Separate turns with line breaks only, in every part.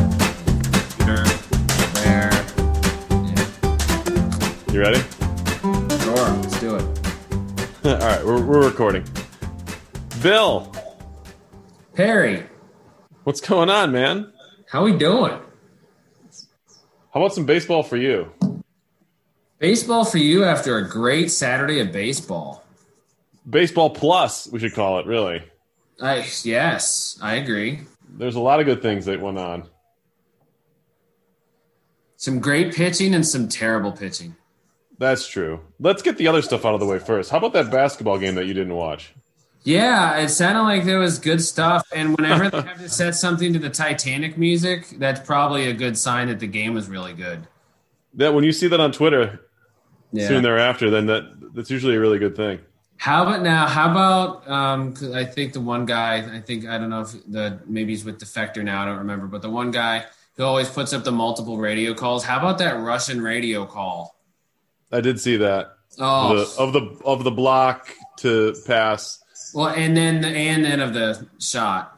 recording. Bill,
Perry,
what's going on, man?
how we doing?
How about some baseball for you?
Baseball for you after a great Saturday of baseball.
Baseball plus, we should call it, really.
I yes, I agree.
There's a lot of good things that went on.
Some great pitching and some terrible pitching.
That's true. Let's get the other stuff out of the way first. How about that basketball game that you didn't watch?
Yeah, it sounded like there was good stuff. And whenever they have to set something to the Titanic music, that's probably a good sign that the game was really good.
That when you see that on Twitter
Yeah.
soon thereafter, then that that's usually a really good thing.
How about now? How about um? 'cause I think the one guy. I think I don't know if the maybe he's with Defector now. I don't remember. But the one guy who always puts up the multiple radio calls. How about that Russian radio call?
I did see that
Oh,
the, of the of the block to pass
well, and then the and then of the shot.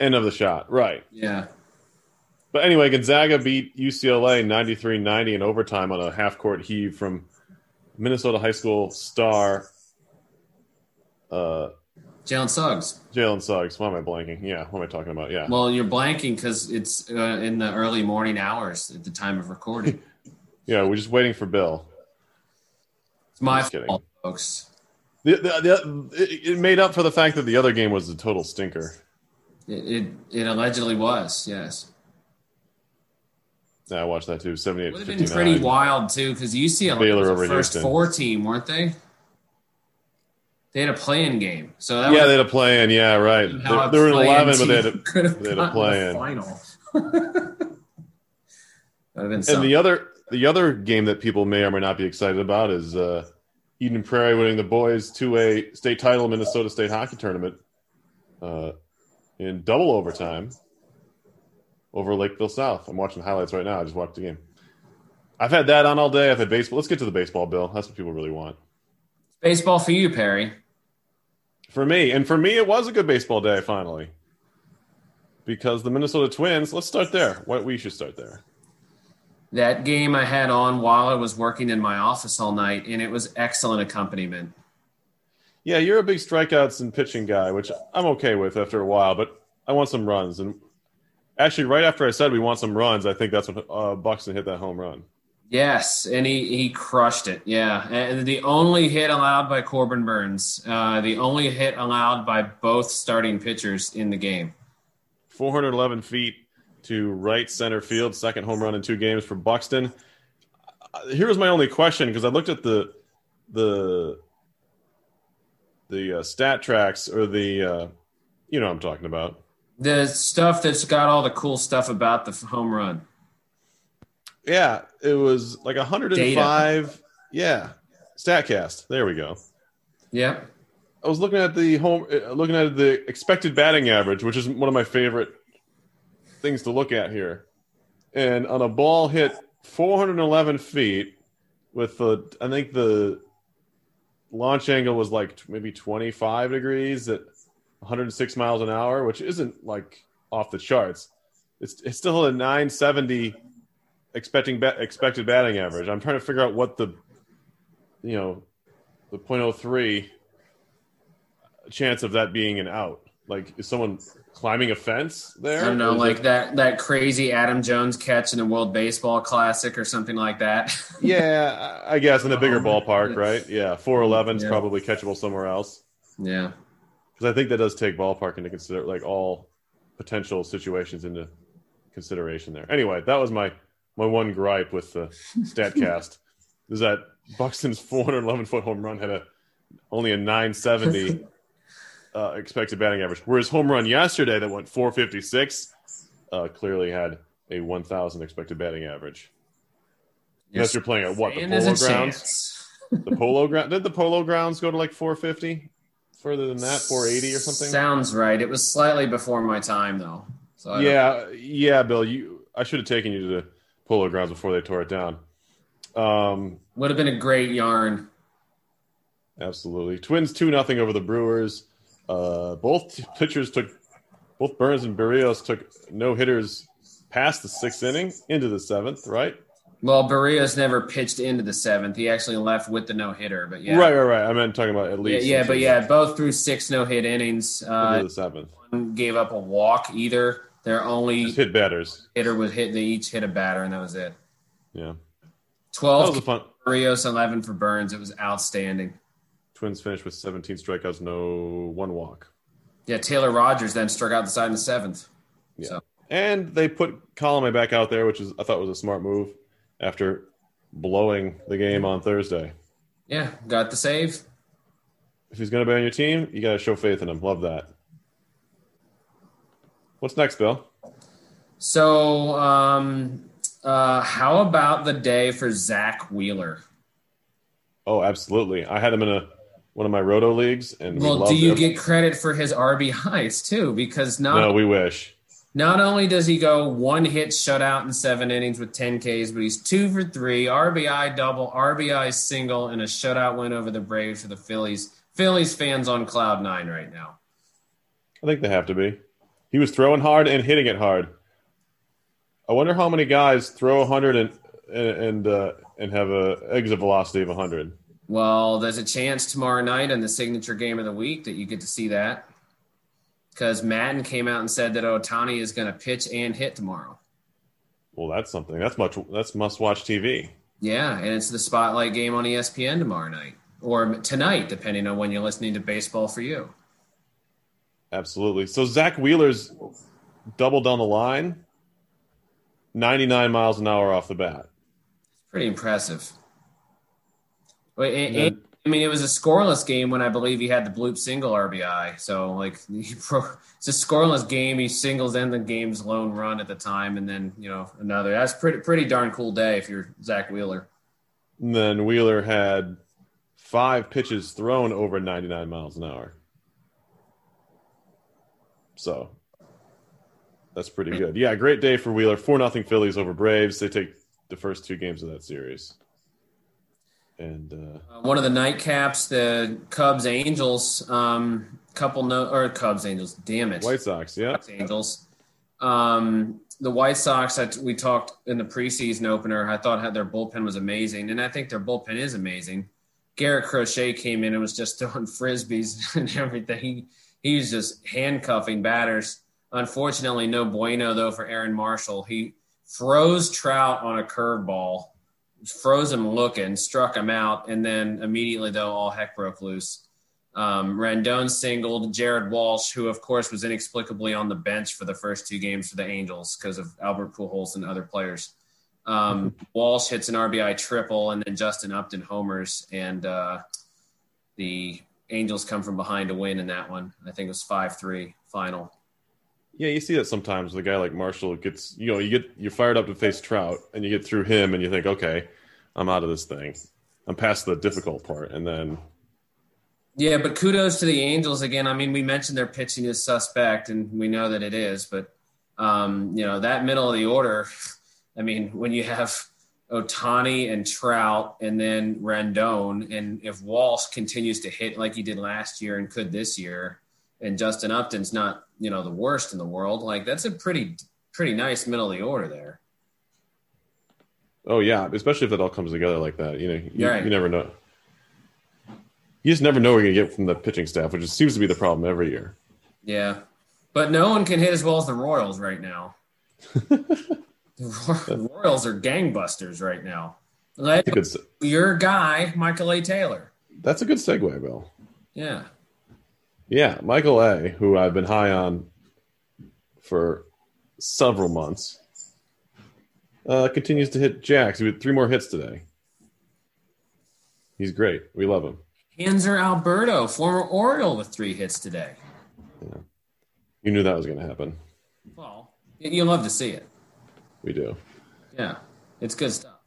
end of the shot, right?
Yeah,
But anyway, Gonzaga beat UCLA 93-90 in overtime on a half-court heave from Minnesota high school star uh,
Jalen Suggs.
Jalen Suggs. Why am I blanking? Yeah, what am I talking about? Yeah,
Well, you're blanking because it's uh, in the early morning hours at the time of recording.
yeah. We're just waiting for Bill.
It's my
Just kidding.
fault, folks.
The, the, the, it, it made up for the fact that the other game was a total stinker.
It, it it allegedly was. Yes.
Yeah, I watched that too. Seventy-eight
Would have been pretty
fifty-nine.
wild too, because UCLA
Baylor
was
over
the first
Houston.
four team, weren't they? They had a play-in game, so that
Yeah,
would
they had a play-in. Yeah, right.
have been how
They, they were in
play-in
eleven, but they had
team
a,
could have
they had a
gotten the
play-in.
Final. that would have been
and
something.
the other the other game that people may or may not be excited about is uh, Eden Prairie winning the boys two A state title in Minnesota State hockey tournament uh, in double overtime over Lakeville South. I'm watching highlights right now. I just watched the game. I've had that on all day. I've had baseball. Let's get to the baseball, Bill. That's what people really want.
Baseball for you, Perry.
For me, and for me, it was a good baseball day finally, because the Minnesota Twins. Let's start there. What we should start there.
That game I had on while I was working in my office all night, and it was excellent accompaniment.
Yeah, you're a big strikeouts and pitching guy, which I'm okay with after a while, but I want some runs. And actually, right after I said we want some runs, I think that's when uh, Buxton hit that home run.
Yes, and he, he crushed it. Yeah, and the only hit allowed by Corbin Burns, uh, the only hit allowed by both starting pitchers in the game.
411 feet to right center field, second home run in two games for Buxton. Uh, Here was my only question because I looked at the the the uh, stat tracks or the uh, you know what I'm talking about.
The stuff that's got all the cool stuff about the f- home run.
Yeah, it was like 105. Yeah, Statcast. There we go.
Yep.
I was looking at the home, uh, looking at the expected batting average, which is one of my favorite things to look at here. And on a ball hit 411 feet, with the I think the launch angle was like t- maybe 25 degrees at 106 miles an hour, which isn't like off the charts. It's it's still a 970 expecting ba- expected batting average. I'm trying to figure out what the you know the 0.03 chance of that being an out? Like, is someone climbing a fence there?
I don't know,
Is it-
like that that crazy Adam Jones catch in the World Baseball Classic or something like that.
yeah, I I guess in a bigger
Oh,
ballpark,
it's-
right? Yeah, 411 is
Yeah.
probably catchable somewhere else
yeah.
because I think that does take ballpark into consider, like all potential situations into consideration there. Anyway, that was my my one gripe with the Statcast is that Buxton's 411 foot home run had a only a 970 uh, expected batting average, whereas home run yesterday that went 456 uh, clearly had a 1,000 expected batting average. Unless you're playing at what the
And
polo
there's a
grounds,
chance.
the polo ground. Did the polo grounds go to like 450? Further than that, 480 or something.
Sounds right. It was slightly before my time though. So I don't-
yeah, yeah, Bill. You, I should have taken you to the polo grounds before they tore it down. Um,
would have been a great yarn.
absolutely. Twins two nothing over the Brewers. Uh, both t- pitchers took, both Burns and Barrios took no hitters past the sixth inning into the seventh. Right?
Well, Barrios never pitched into the seventh. He actually left with the no hitter. But yeah,
Right, right, right. I meant talking about at
yeah,
least.
yeah, but yeah, both threw six no hit innings.
Into
Uh,
the seventh.
gave up a walk either. Their only
Just hit batters.
hitter was hit. They each hit a batter, and that was it.
Yeah. That
Twelve
was a fun.
Barrios, eleven for Burns. It was outstanding.
Twins finished with 17 strikeouts, no one walk.
Yeah, Taylor Rogers then struck out the side in the seventh.
And they put Colome back out there, which is I thought was a smart move after blowing the game on Thursday.
Yeah, got the save.
If he's going to be on your team, you got to show faith in him. Love that. What's next, Bill?
So, um, uh, how about the day for Zach Wheeler?
Oh, absolutely. I had him in a one of my roto leagues, and we
Well,
loved
do you
him.
get credit for his RBIs too? Because not
No, we wish.
Not only does he go one hit shutout in seven innings with 10 Ks, but he's two for three, RBI double, RBI single, and a shutout win over the Braves for the Phillies. Phillies fans on cloud nine right now.
I think they have to be. He was throwing hard and hitting it hard. I wonder how many guys throw 100 and and uh, and have a exit velocity of 100.
Well, there's a chance tomorrow night in the signature game of the week that you get to see that because Madden came out and said that Otani is going to pitch and hit tomorrow.
Well, that's something. That's much. That's must-watch TV.
Yeah, and it's the spotlight game on E ESPN tomorrow night or tonight, depending on when you're listening to baseball for you.
Absolutely. So Zach Wheeler's double down the line, 99 miles an hour off the bat.
pretty impressive. Wait, and-
Yeah.
and- I mean, it was a scoreless game when I believe he had the bloop single RBI. So, like, he pro- it's a scoreless game. He singles in the game's lone run at the time, and then you know another. That's pretty pretty darn cool day if you're Zach Wheeler.
And then Wheeler had five pitches thrown over 99 miles an hour. So that's pretty good. Yeah, great day for Wheeler. 4 nothing Phillies over Braves. They take the first two games of that series. And uh,
Uh, one of the nightcaps, the Cubs Angels, um, couple no or Cubs Angels. Damn it,
White Sox, yeah.
Los Angels. Um, the White Sox, I, we talked in the preseason opener. I thought had their bullpen was amazing, and I think their bullpen is amazing. Garrett Crochet came in and was just throwing frisbees and everything. He, he was just handcuffing batters. Unfortunately, no bueno though for Aaron Marshall. He froze Trout on a curveball, froze him looking, struck him out, and then immediately though all heck broke loose. Um, Rendon singled Jared Walsh, who of course was inexplicably on the bench for the first two games for the Angels because of Albert Pujols and other players. Um, Walsh hits an RBI triple, and then Justin Upton homers, and uh, the Angels come from behind to win in that one. I think it was five three final.
Yeah, you see that sometimes with a guy like Marshall gets you know, you get you're fired up to face Trout and you get through him and you think, Okay, I'm out of this thing. I'm past the difficult part and then
Yeah, but kudos to the Angels again. I mean, we mentioned their pitching is suspect, and we know that it is. But um, you know that middle of the order. I mean, when you have Otani and Trout, and then Rendon, and if Walsh continues to hit like he did last year and could this year, and Justin Upton's not you know the worst in the world, like that's a pretty pretty nice middle of the order there.
Oh yeah, especially if it all comes together like that. You know, you,
Right.
you never know. You just never know what you're gonna get from the pitching staff, which seems to be the problem every year.
Yeah, but no one can hit as well as the Royals right now. the Roy- Royals are gangbusters right now. Led
That's a good, se-
your guy, Michael A. Taylor.
that's a good segue, Bill.
Yeah,
Yeah, Michael A, who I've been high on for several months, uh, continues to hit jacks. He had three more hits today. He's great. We love him.
Hanser Alberto, former Oriole, with three hits today.
You knew that was going to happen.
Well, y- you love to see it.
We do.
Yeah, it's good stuff.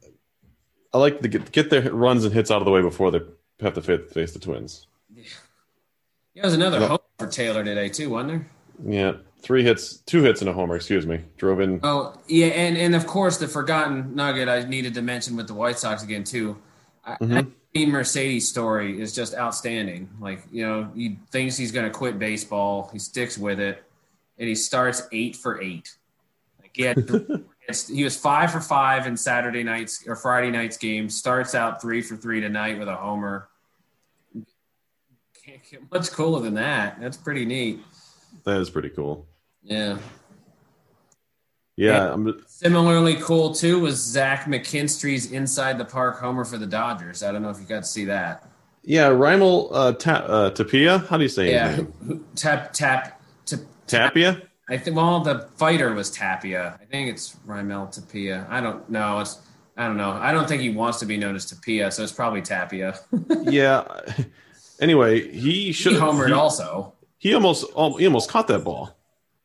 I like to get get their runs and hits out of the way before they have to fa- face the Twins.
Yeah, there's another hope for Taylor today too, wasn't there?
Yeah, three hits, two hits and a homer. Excuse me. Drove in.
Oh yeah, and and of course the forgotten nugget I needed to mention with the White Sox again too. I, I mean, Mercedes' story is just outstanding. Like you know, he thinks he's going to quit baseball, he sticks with it, and he starts eight for eight. Like he had three It's, he was five for five in Saturday night's or Friday night's game. Starts out three for three tonight with a homer. Can't get much cooler than that. That's pretty neat.
That is pretty cool.
Yeah.
Yeah, I'm,
Similarly cool too was Zach McKinstry's inside the park homer for the Dodgers. I don't know if you got to see that.
yeah. Raimel uh, Ta- uh, Tapia. How do you say his
Yeah,
name?
tap tap. tap
Tapia.
I think well, the fighter was Tapia. I think it's Rymel Tapia. I don't know. It's I don't know. I don't think he wants to be known as Tapia, so it's probably Tapia.
yeah. Anyway, he
He
should
homered
He,
also.
he almost al- he almost caught that ball.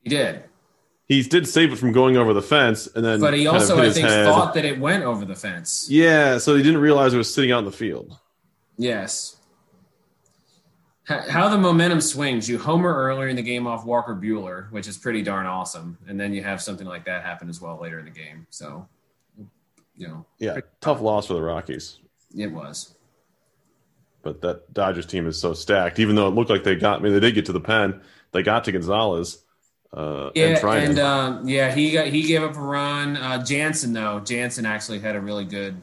He did,
He did save it from going over the fence, and then
but he
kind of
also
hit
I
his
think
head.
thought that it went over the fence.
Yeah, so he didn't realize it was sitting out in the field.
Yes. H- How the momentum swings. You homer earlier in the game off Walker Bueller, which is pretty darn awesome. And then you have something like that happen as well later in the game. So, you know,
Yeah, tough loss for the Rockies.
it was.
But that Dodgers team is so stacked. Even though it looked like they got, I mean, they did get to the pen. They got to Gonzalez. Uh, and
Yeah,
Trinan.
and um, yeah, he got he gave up a run. Uh, Jansen though, Jansen actually had a really good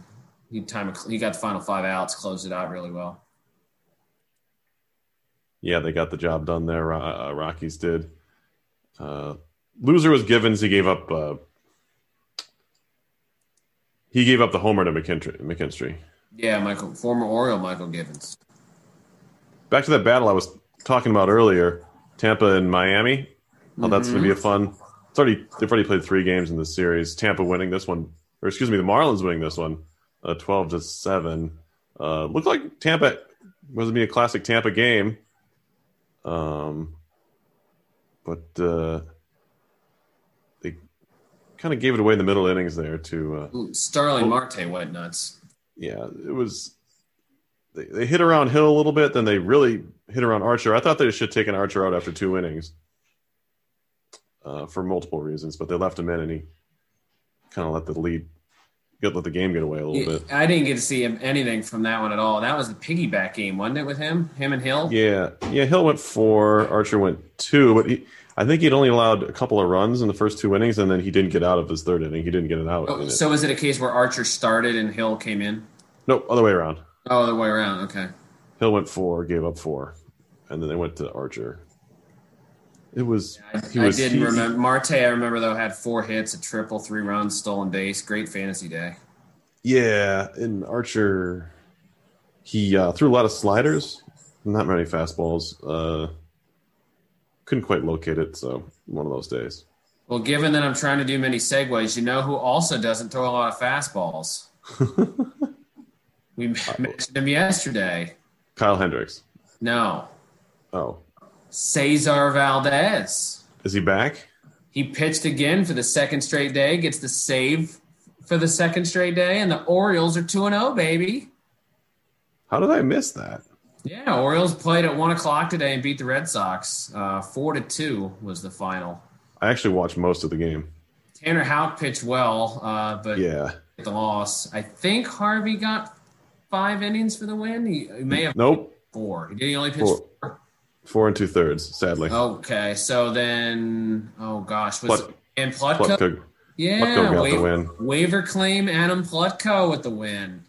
he time. Of, he got the final five outs, closed it out really well.
yeah, they got the job done there. Ro- Uh, Rockies did. Uh, loser was Givens. He gave up. Uh, he gave up the homer to McKinstry. McKinstry.
Yeah, Michael, former Oriole Michael Givens.
Back to that battle I was talking about earlier, Tampa and Miami. Oh, that's going to be a fun. It's already they've already played three games in this series. Tampa winning this one, or excuse me, the Marlins winning this one, uh, twelve to seven. Uh, looked like Tampa was going to be a classic Tampa game. Um, but uh, they kind of gave it away in the middle innings there to uh,
Ooh, Starling Marte went nuts.
yeah, it was. They, they hit around Hill a little bit, then they really hit around Archer. I thought they should have taken Archer out after two innings uh, for multiple reasons, but they left him in and he kind of let the lead, get, let the game get away a little bit.
I didn't get to see him anything from that one at all. That was the piggyback game, wasn't it, with him, him and Hill?
Yeah, yeah. Hill went four, Archer went two, but he, I think he'd only allowed a couple of runs in the first two innings, and then he didn't get out of his third inning. He didn't get an out.
Oh,
in it.
so is it a case where Archer started and Hill came in?
nope, other way around.
Oh, the way around. Okay.
Hill went four, gave up four, and then they went to Archer. It was. he
I
was
didn't
he-
remember. Marte, I remember though, had four hits, a triple, three runs, stolen base. Great fantasy day.
Yeah, and Archer, he uh, threw a lot of sliders, not many fastballs. Uh, couldn't quite locate it, so one of those days.
Well, given that I'm trying to do many segues, you know who also doesn't throw a lot of fastballs? we mentioned him yesterday.
Kyle Hendricks.
No,
Oh,
Cesar Valdez.
is he back?
He pitched again for the second straight day, gets the save for the second straight day, and the Orioles are 2 0, baby.
How did I miss that?
Yeah, Orioles played at 1 o'clock today and beat the Red Sox. Uh, 4 to 2 was the final.
I actually watched most of the game.
Tanner Houck pitched well, uh, but
Yeah.
the loss. I think Harvey got five innings for the win. He, he may have
Nope.
four. Did he only pitch
Four,
four?
four and two thirds, sadly.
Oh. Okay, so then, oh gosh, was
Plut-
and Plutko?
Plutko-
yeah,
Plutko got the
waiver,
win.
waiver claim Adam Plutko with the win.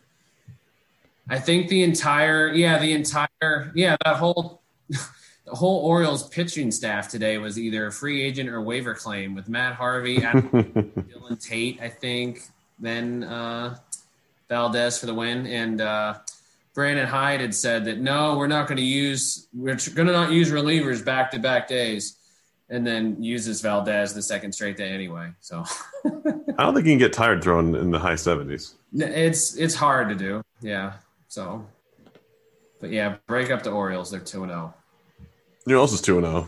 I think the entire, yeah, the entire, yeah, that whole. The whole Orioles pitching staff today was either a free agent or waiver claim with Matt Harvey, Adam Dylan Tate, I think, then uh, Valdez for the win. And uh, Brandon Hyde had said that no, we're not going to use, we're going to not use relievers back to back days, and then uses Valdez the second straight day anyway. So
I don't think he can get tired throwing in the high 70s.
it's it's hard to do, yeah. So, but yeah, break up the Orioles. They're two and oh. zero.
Who else is 2 0?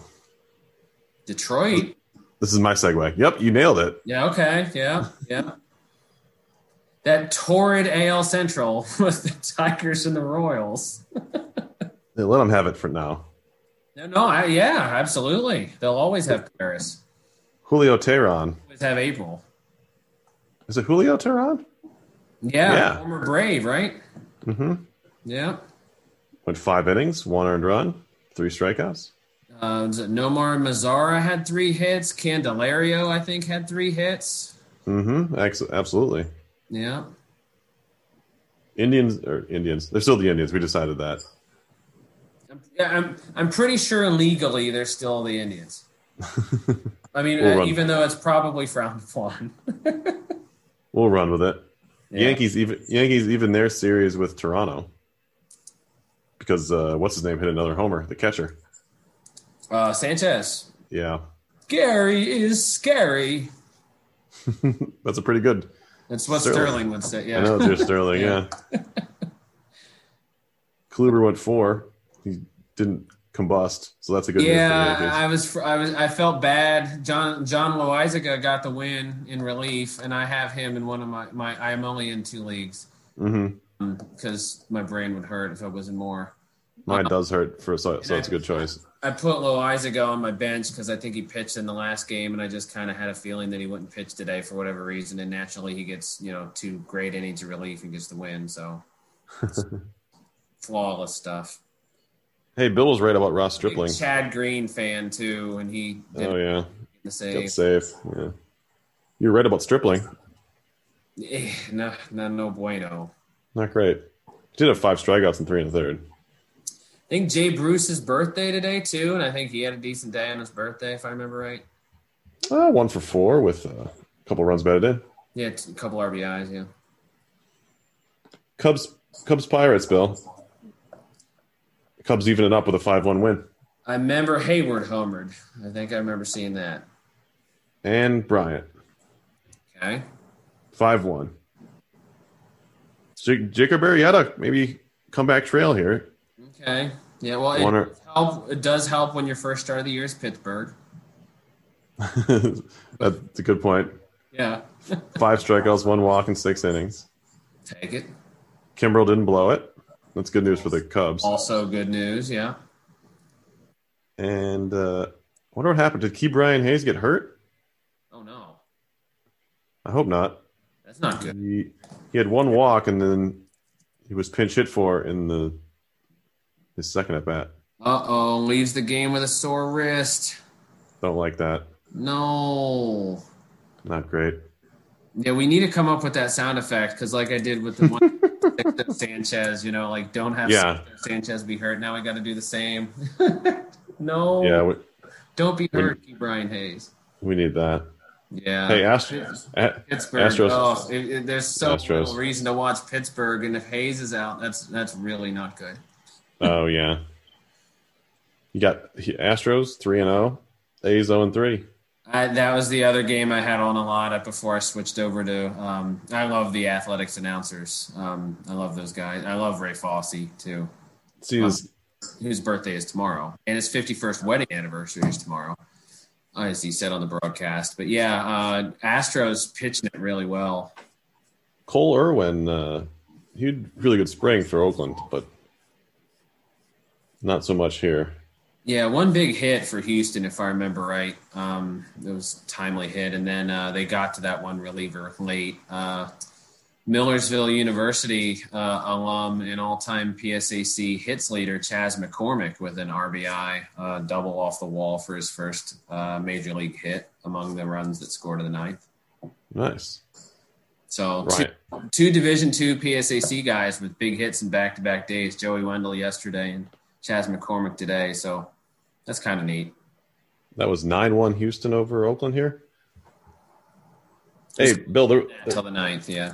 Detroit.
This is my segue. Yep, you nailed it.
Yeah. Okay. Yeah. Yeah. That torrid AL Central was the Tigers and the Royals.
They let him have it for now.
No, no, I, yeah, absolutely. They'll always have Paris.
Julio Tehran.
Always have April.
Is it Julio Tehran?
Yeah,
Yeah.
former Brave, right? Mm-hmm. Yeah.
Went five innings, one earned run, three strikeouts.
Uh, was it Nomar Mazzara had three hits. Candelario, I think, had three hits.
Mm-hmm. Ex- absolutely.
Yeah.
Indians or Indians. They're still the Indians. We decided that.
Yeah, I'm, I'm pretty sure legally they're still the Indians. I mean,
We'll
uh,
run.
even though it's probably frowned upon.
We'll run with it.
Yeah.
Yankees even Yankees even their series with Toronto. Because uh, what's his name hit another homer, the catcher.
Uh, Sanchez.
Yeah.
Gary is scary.
That's a pretty good.
That's what
Sterling.
Sterling, would say.
I know it's
Yeah.
your Sterling, yeah.
Yeah.
Kluber went four. He didn't combust, so that's a good news for the
Yeah,
Yankees.
I was, I was, I felt bad. John John Loizaga got the win in relief, and I have him in one of my my. I am only in two leagues
mm-hmm.
because my brain would hurt if I was in more.
Mine does hurt for so, so it's a good choice.
I put Loizaga on my bench because I think he pitched in the last game, and I just kind of had a feeling that he wouldn't pitch today for whatever reason. And naturally, he gets you know two great innings of relief and gets the win. So it's flawless stuff.
Hey, Bill was right about Ross Stripling.
Big Chad Green fan too, and he did
Oh yeah,
the
got
save.
safe. Yeah, you're right about Stripling.
Eh, No, no, no bueno.
Not great. He did have five strikeouts and three and a third.
I think Jay Bruce's birthday today too, and I think he had a decent day on his birthday, if I remember right.
Uh, one for four with uh, a couple runs batted in.
He had a couple RBIs, yeah.
Cubs, Cubs, Pirates. Bill. Cubs even it up with a five-one win,
I remember Hayward homered. I think I remember seeing that.
and Bryant
Okay.
five-one. J- Jacob Arrieta maybe comeback trail here.
Okay. Yeah. Well, it,
Warner-
help, it does help when your first start of the year is Pittsburgh.
That's a good point.
Yeah.
Five strikeouts, one walk, and six innings.
Take it.
Kimbrel didn't blow it. That's good news for the Cubs.
Also good news. Yeah.
And uh, I wonder what happened. Did Key Brian Hayes get hurt?
Oh no,
I hope not.
that's not good.
He, he had one walk and then he was pinch hit for in the his second at bat.
Uh oh, leaves the game with a sore wrist.
Don't like that.
No.
Not great.
Yeah, we need to come up with that sound effect because, like I did with the one with Sanchez, you know, like don't have
Yeah.
Sanchez be hurt. Now we got to do the same. no,
Yeah, we,
don't be
When-
hurt, keep Brian Hayes.
we need that.
Yeah,
Hey, Ast- A-
Pittsburgh.
Astros.
Oh, it- it- there's so
Astros.
little reason to watch Pittsburgh, and if Hayes is out, that's that's really not good.
oh yeah. You got he- Astros three and zero, A's zero and three.
I, that was the other game I had on a lot up before I switched over to. Um, I love the athletics announcers. Um, I love those guys. I love Ray Fossey too.
See this
whose birthday is tomorrow, and his 51st wedding anniversary is tomorrow, as he said on the broadcast. But yeah, uh, Astros pitching it really well.
Cole Irwin. Uh, he had really good spring for Oakland, but not so much here.
Yeah, one big hit for Houston, if I remember right. Um, it was a timely hit, and then uh, they got to that one reliever late. Uh, Millersville University uh, alum and all-time PSAC hits leader Chaz McCormick with an RBI uh, double off the wall for his first uh, major league hit among the runs that scored in the ninth.
Nice.
So two-
Right.
two Division Two PSAC guys with big hits in back to back days. Joey Wendell yesterday and Chaz McCormick today. So that's kind of neat.
That was 9 1 Houston over Oakland here. Hey, Bill, there,
Until the ninth, yeah.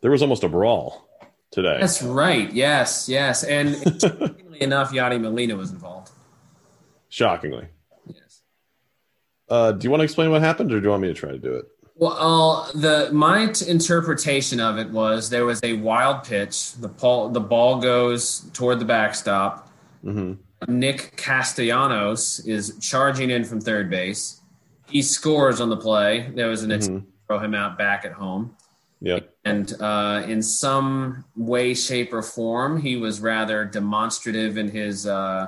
there was almost a brawl today.
That's right. Yes, yes. And interestingly enough, Yadi Molina was involved.
Shockingly.
Yes.
Uh, do you want to explain what happened or do you want me to try to do it?
Well, the my t- interpretation of it was there was a wild pitch. The ball the ball goes toward the backstop. Mm-hmm.
hmm
Nick Castellanos is charging in from third base. He scores on the play. There was an attempt to throw him out back at home.
Yeah.
And uh, in some way, shape, or form, he was rather demonstrative in his uh,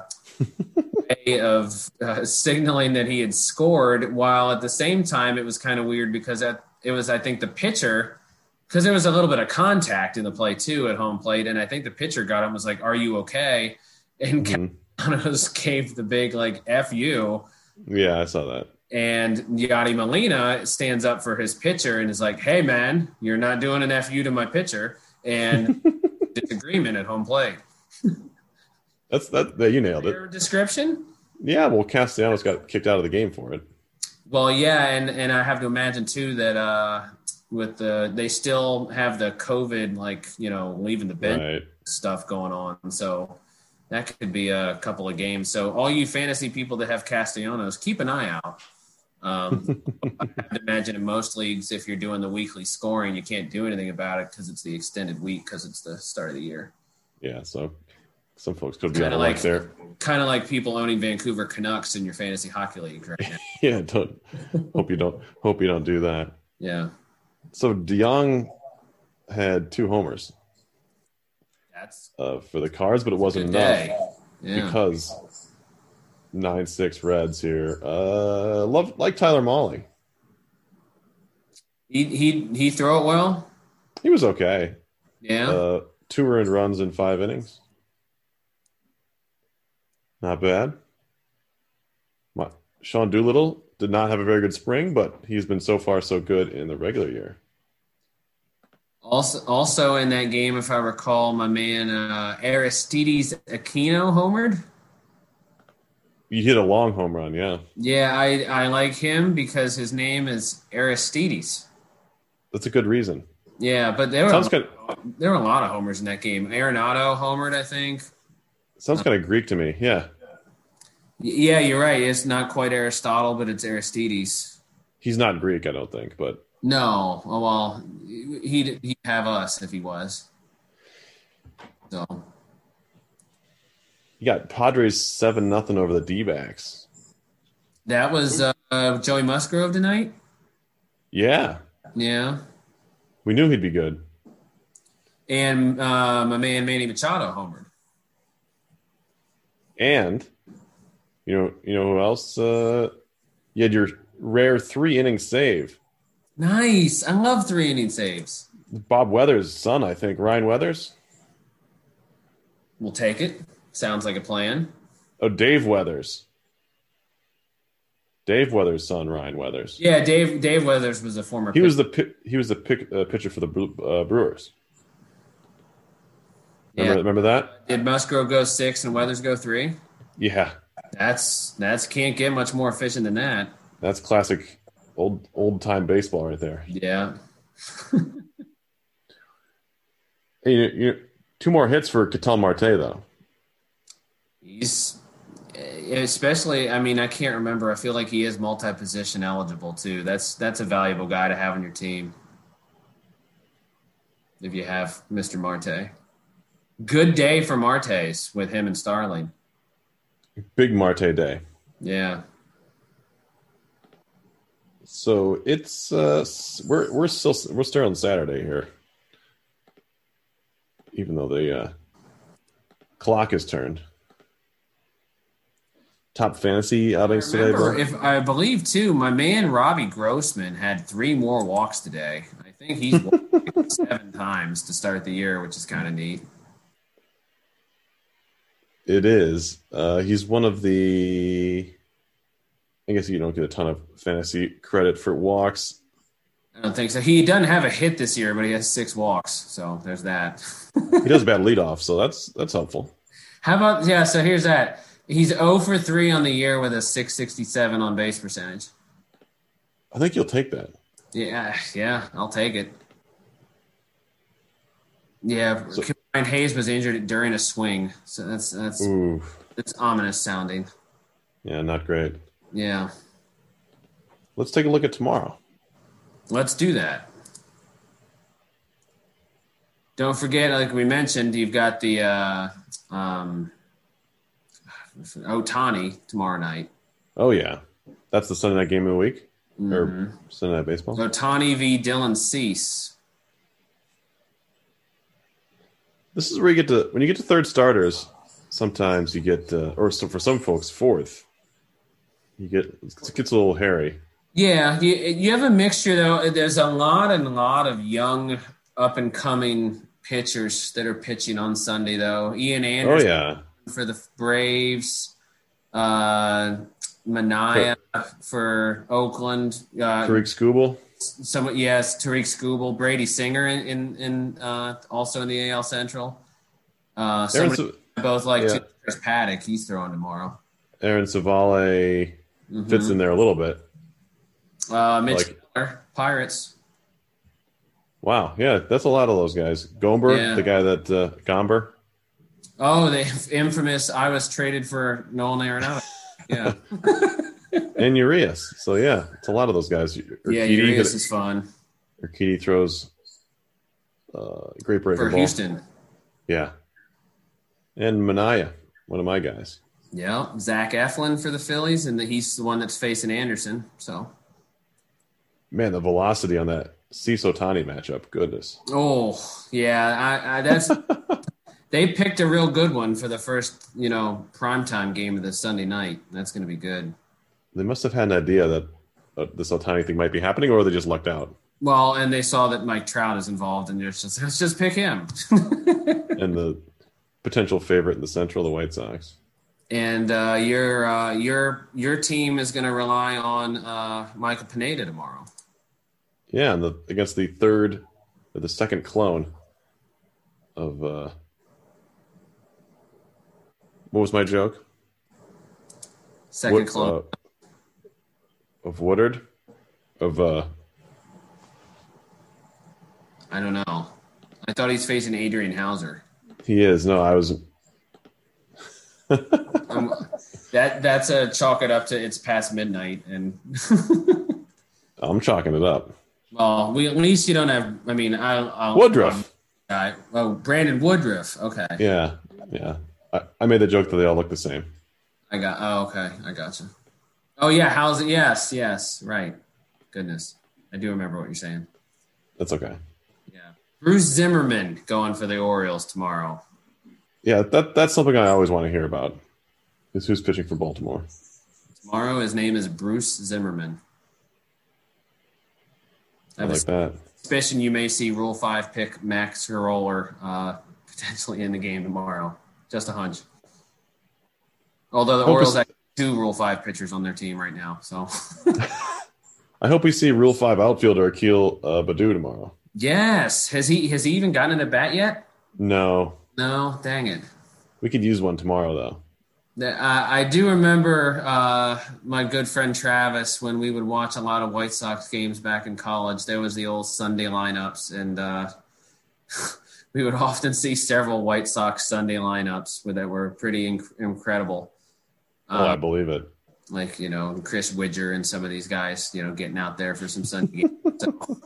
way of uh, signaling that he had scored, while at the same time, it was kind of weird because that, it was, I think, the pitcher, because there was a little bit of contact in the play too at home plate. And I think the pitcher got him and was like, Are you okay? And
Mhm.
Castellanos gave the big, like, F you.
Yeah, I saw that.
And Yadi Molina stands up for his pitcher and is like, "Hey, man, you're not doing an fu to my pitcher." And disagreement at home plate.
That's that. There, you nailed it.
Fair description?
Yeah. Well, Castellanos got kicked out of the game for it.
Well, yeah, and and I have to imagine too that uh, with the they still have the COVID like you know leaving the bench
Right.
stuff going on, so that could be a couple of games. So all you fantasy people that have Castellanos, keep an eye out. Um, I have to imagine in most leagues, if you're doing the weekly scoring, you can't do anything about it because it's the extended week because it's the start of the year.
Yeah. So some folks could be on
Kinda
the
like-
like there.
Kind of like people owning Vancouver Canucks in your fantasy hockey league right now.
Yeah. Don't hope you don't hope you don't do that.
Yeah,
So DeYoung had two homers
that's
uh, for the Cards, but it wasn't
good
enough
day. Yeah.
because nine six Reds here. Uh, love like Tyler Molly.
He he he throw it well.
He was okay.
Yeah.
Uh, two earned runs in five innings. Not bad. My, Sean Doolittle did not have a very good spring, but he's been so far so good in the regular year.
also, also in that game, if I recall, my man uh, Aristides Aquino homered.
You hit a long home run, yeah.
Yeah, I I like him because his name is Aristides.
That's a good reason.
Yeah, but there were
Sounds kind
there were a lot of homers in that game. Arenado homered, I think.
sounds kind of Greek to me. Yeah,
Y- Yeah, you're right. It's not quite Aristotle, but it's Aristides.
he's not Greek, I don't think, but
No, oh well, he'd he'd have us if he was. So
you got Padres seven nothing over the D-backs.
that was uh, uh, Joey Musgrove tonight.
Yeah,
Yeah.
we knew he'd be good.
and uh, my man Manny Machado homered.
And you know, you know who else? Uh, you had your rare three inning save.
Nice. I love three inning saves.
Bob Weathers' son, I think. Ryan Weathers?
We'll take it. Sounds like a plan.
Oh, Dave Weathers. Dave Weathers' son, Ryan Weathers.
Yeah, Dave Dave Weathers was a former.
He was the pi- he was the pick, uh, pitcher for the Bre- uh, Brewers. Remember,
Yeah.
remember that?
Did Musgrove go six and Weathers go three?
Yeah,
That's that's can't get much more efficient than that.
that's classic old old time baseball right there.
Yeah.
Hey, you- you- two more hits for Catal Marte though.
He's eh, especially I mean, I can't remember. I feel like he is multi position eligible too. That's that's a valuable guy to have on your team. If you have Mr. Marte. Good day for Martes with him and Starling.
Big Marte day.
Yeah.
So it's uh, s- we're we're still we're still on Saturday here, even though the uh, clock is turned. Top fantasy outings today,
Remember,
bro.
if I believe too, my man Robbie Grossman had three more walks today. I think he's walked like seven times to start the year, which is kind of neat.
it is. Uh, he's one of the. I guess you don't get a ton of fantasy credit for walks.
I don't think so. He doesn't have a hit this year, but he has six walks. So there's that.
He does bat leadoff, so that's that's helpful.
How about yeah? So here's that. He's 0 for 3 on the year with a 667 on base percentage.
I think you'll take that.
Yeah, yeah, I'll take it. Yeah,
So-
Brian Hayes was injured during a swing, so that's that's
Ooh,
that's ominous sounding.
yeah, not great.
Yeah,
Let's take a look at tomorrow.
let's do that. Don't forget, like we mentioned, you've got the uh, um, Otani tomorrow night.
Oh yeah, that's the Sunday night game of the week or
Mhm.
Sunday night baseball.
Otani v. Dylan Cease.
This is where you get to when you get to third starters. Sometimes you get, uh, or so for some folks, fourth. You get it gets a little hairy.
Yeah, you, you have a mixture though. There's a lot and lot of young, up and coming pitchers that are pitching on Sunday though. Ian
Oh
Anderson
yeah,
for the Braves, uh, Mania for Oakland. Uh,
Tariq Skubal.
some yes, Tariq Skubal, Brady Singer in in, in uh, also in the AL Central. Uh,
Aaron,
somebody
Sa-
I both like
Yeah.
too. Chris Paddock. He's throwing tomorrow.
Aaron Savale
Mhm.
fits in there a little bit.
Uh, Mitch
Like-
Keller, Pirates.
Wow, yeah, that's a lot of those guys. Gomber,
Yeah.
the guy that uh, Gomber.
Oh, the infamous I was traded for Nolan Arenado. Yeah,
and Urias. So yeah, it's a lot of those guys. Urquidy,
yeah, Urias is fun
Urquidy throws uh, great breaking
for
ball.
Houston.
Yeah, and Mania, one of my guys.
Yeah, Zach Eflin for the Phillies, and the, he's the one that's facing Anderson. So,
Man, the velocity on that Ciso Tani matchup, goodness.
oh yeah, I, I, that's they picked a real good one for the first you know primetime game of the Sunday night. That's going to be good.
They must have had an idea that uh, this Otani thing might be happening, or they just lucked out.
Well, and they saw that Mike Trout is involved, and they're just let's just pick him.
and the potential favorite in the Central, the White Sox.
and uh, your uh, your your team is going to rely on uh, Michael Pineda tomorrow.
Yeah, and the, against the third, or the second clone of uh, what was my joke?
Second
Wood-
clone.
uh, of Woodard, of uh,
I don't know. I thought he's facing Adrian Hauser.
he is. No, I was.
Um, that that's a chalk it up to it's past midnight, and
I'm chalking it up.
well, we at least you don't have. I mean, I I'll,
Woodruff.
I- oh, Brandon Woodruff. Okay,
Yeah, yeah. I, I made the joke that they all look the same.
I got. Oh, okay, I got you. Oh yeah, how's it? Yes, yes, right. Goodness, I do remember what you're saying.
That's okay.
Yeah, Bruce Zimmerman going for the Orioles tomorrow.
Yeah, that that's something I always want to hear about. Is who's pitching for Baltimore?
Tomorrow, his name is Bruce Zimmerman. I
I
have a
like that.
suspicion you may see Rule Five pick Max Roller uh, potentially in the game tomorrow. Just a hunch. Although the
Hope
Orioles
it's-
have two Rule Five pitchers on their team right now, so
I hope we see Rule Five outfielder Akil uh, Badu tomorrow.
yes, has he has he even gotten in a bat yet?
No,
No, dang it.
we could use one tomorrow though.
That- I I do remember uh, my good friend Travis when we would watch a lot of White Sox games back in college. There was the old Sunday lineups, and uh, we would often see several White Sox Sunday lineups with- that were pretty inc- incredible.
Oh, I
Um,
believe it.
like you know Chris Widger and some of these guys, you know, getting out there for some Sunday. games. so,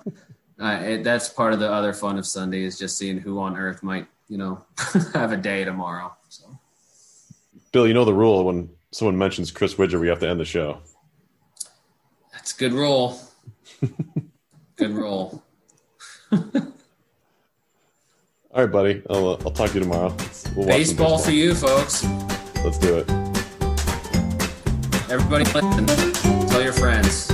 uh, it, that's part of the other fun of Sunday is just seeing who on earth might you know have a day tomorrow. So.
Bill, you know the rule when someone mentions Chris Widger, we have to end the show.
That's a good roll. good roll.
All right, buddy. I'll, uh, I'll talk to you tomorrow. Let's- We'll watch some
Baseball for you, folks.
Let's do it.
Everybody listen. Tell your friends.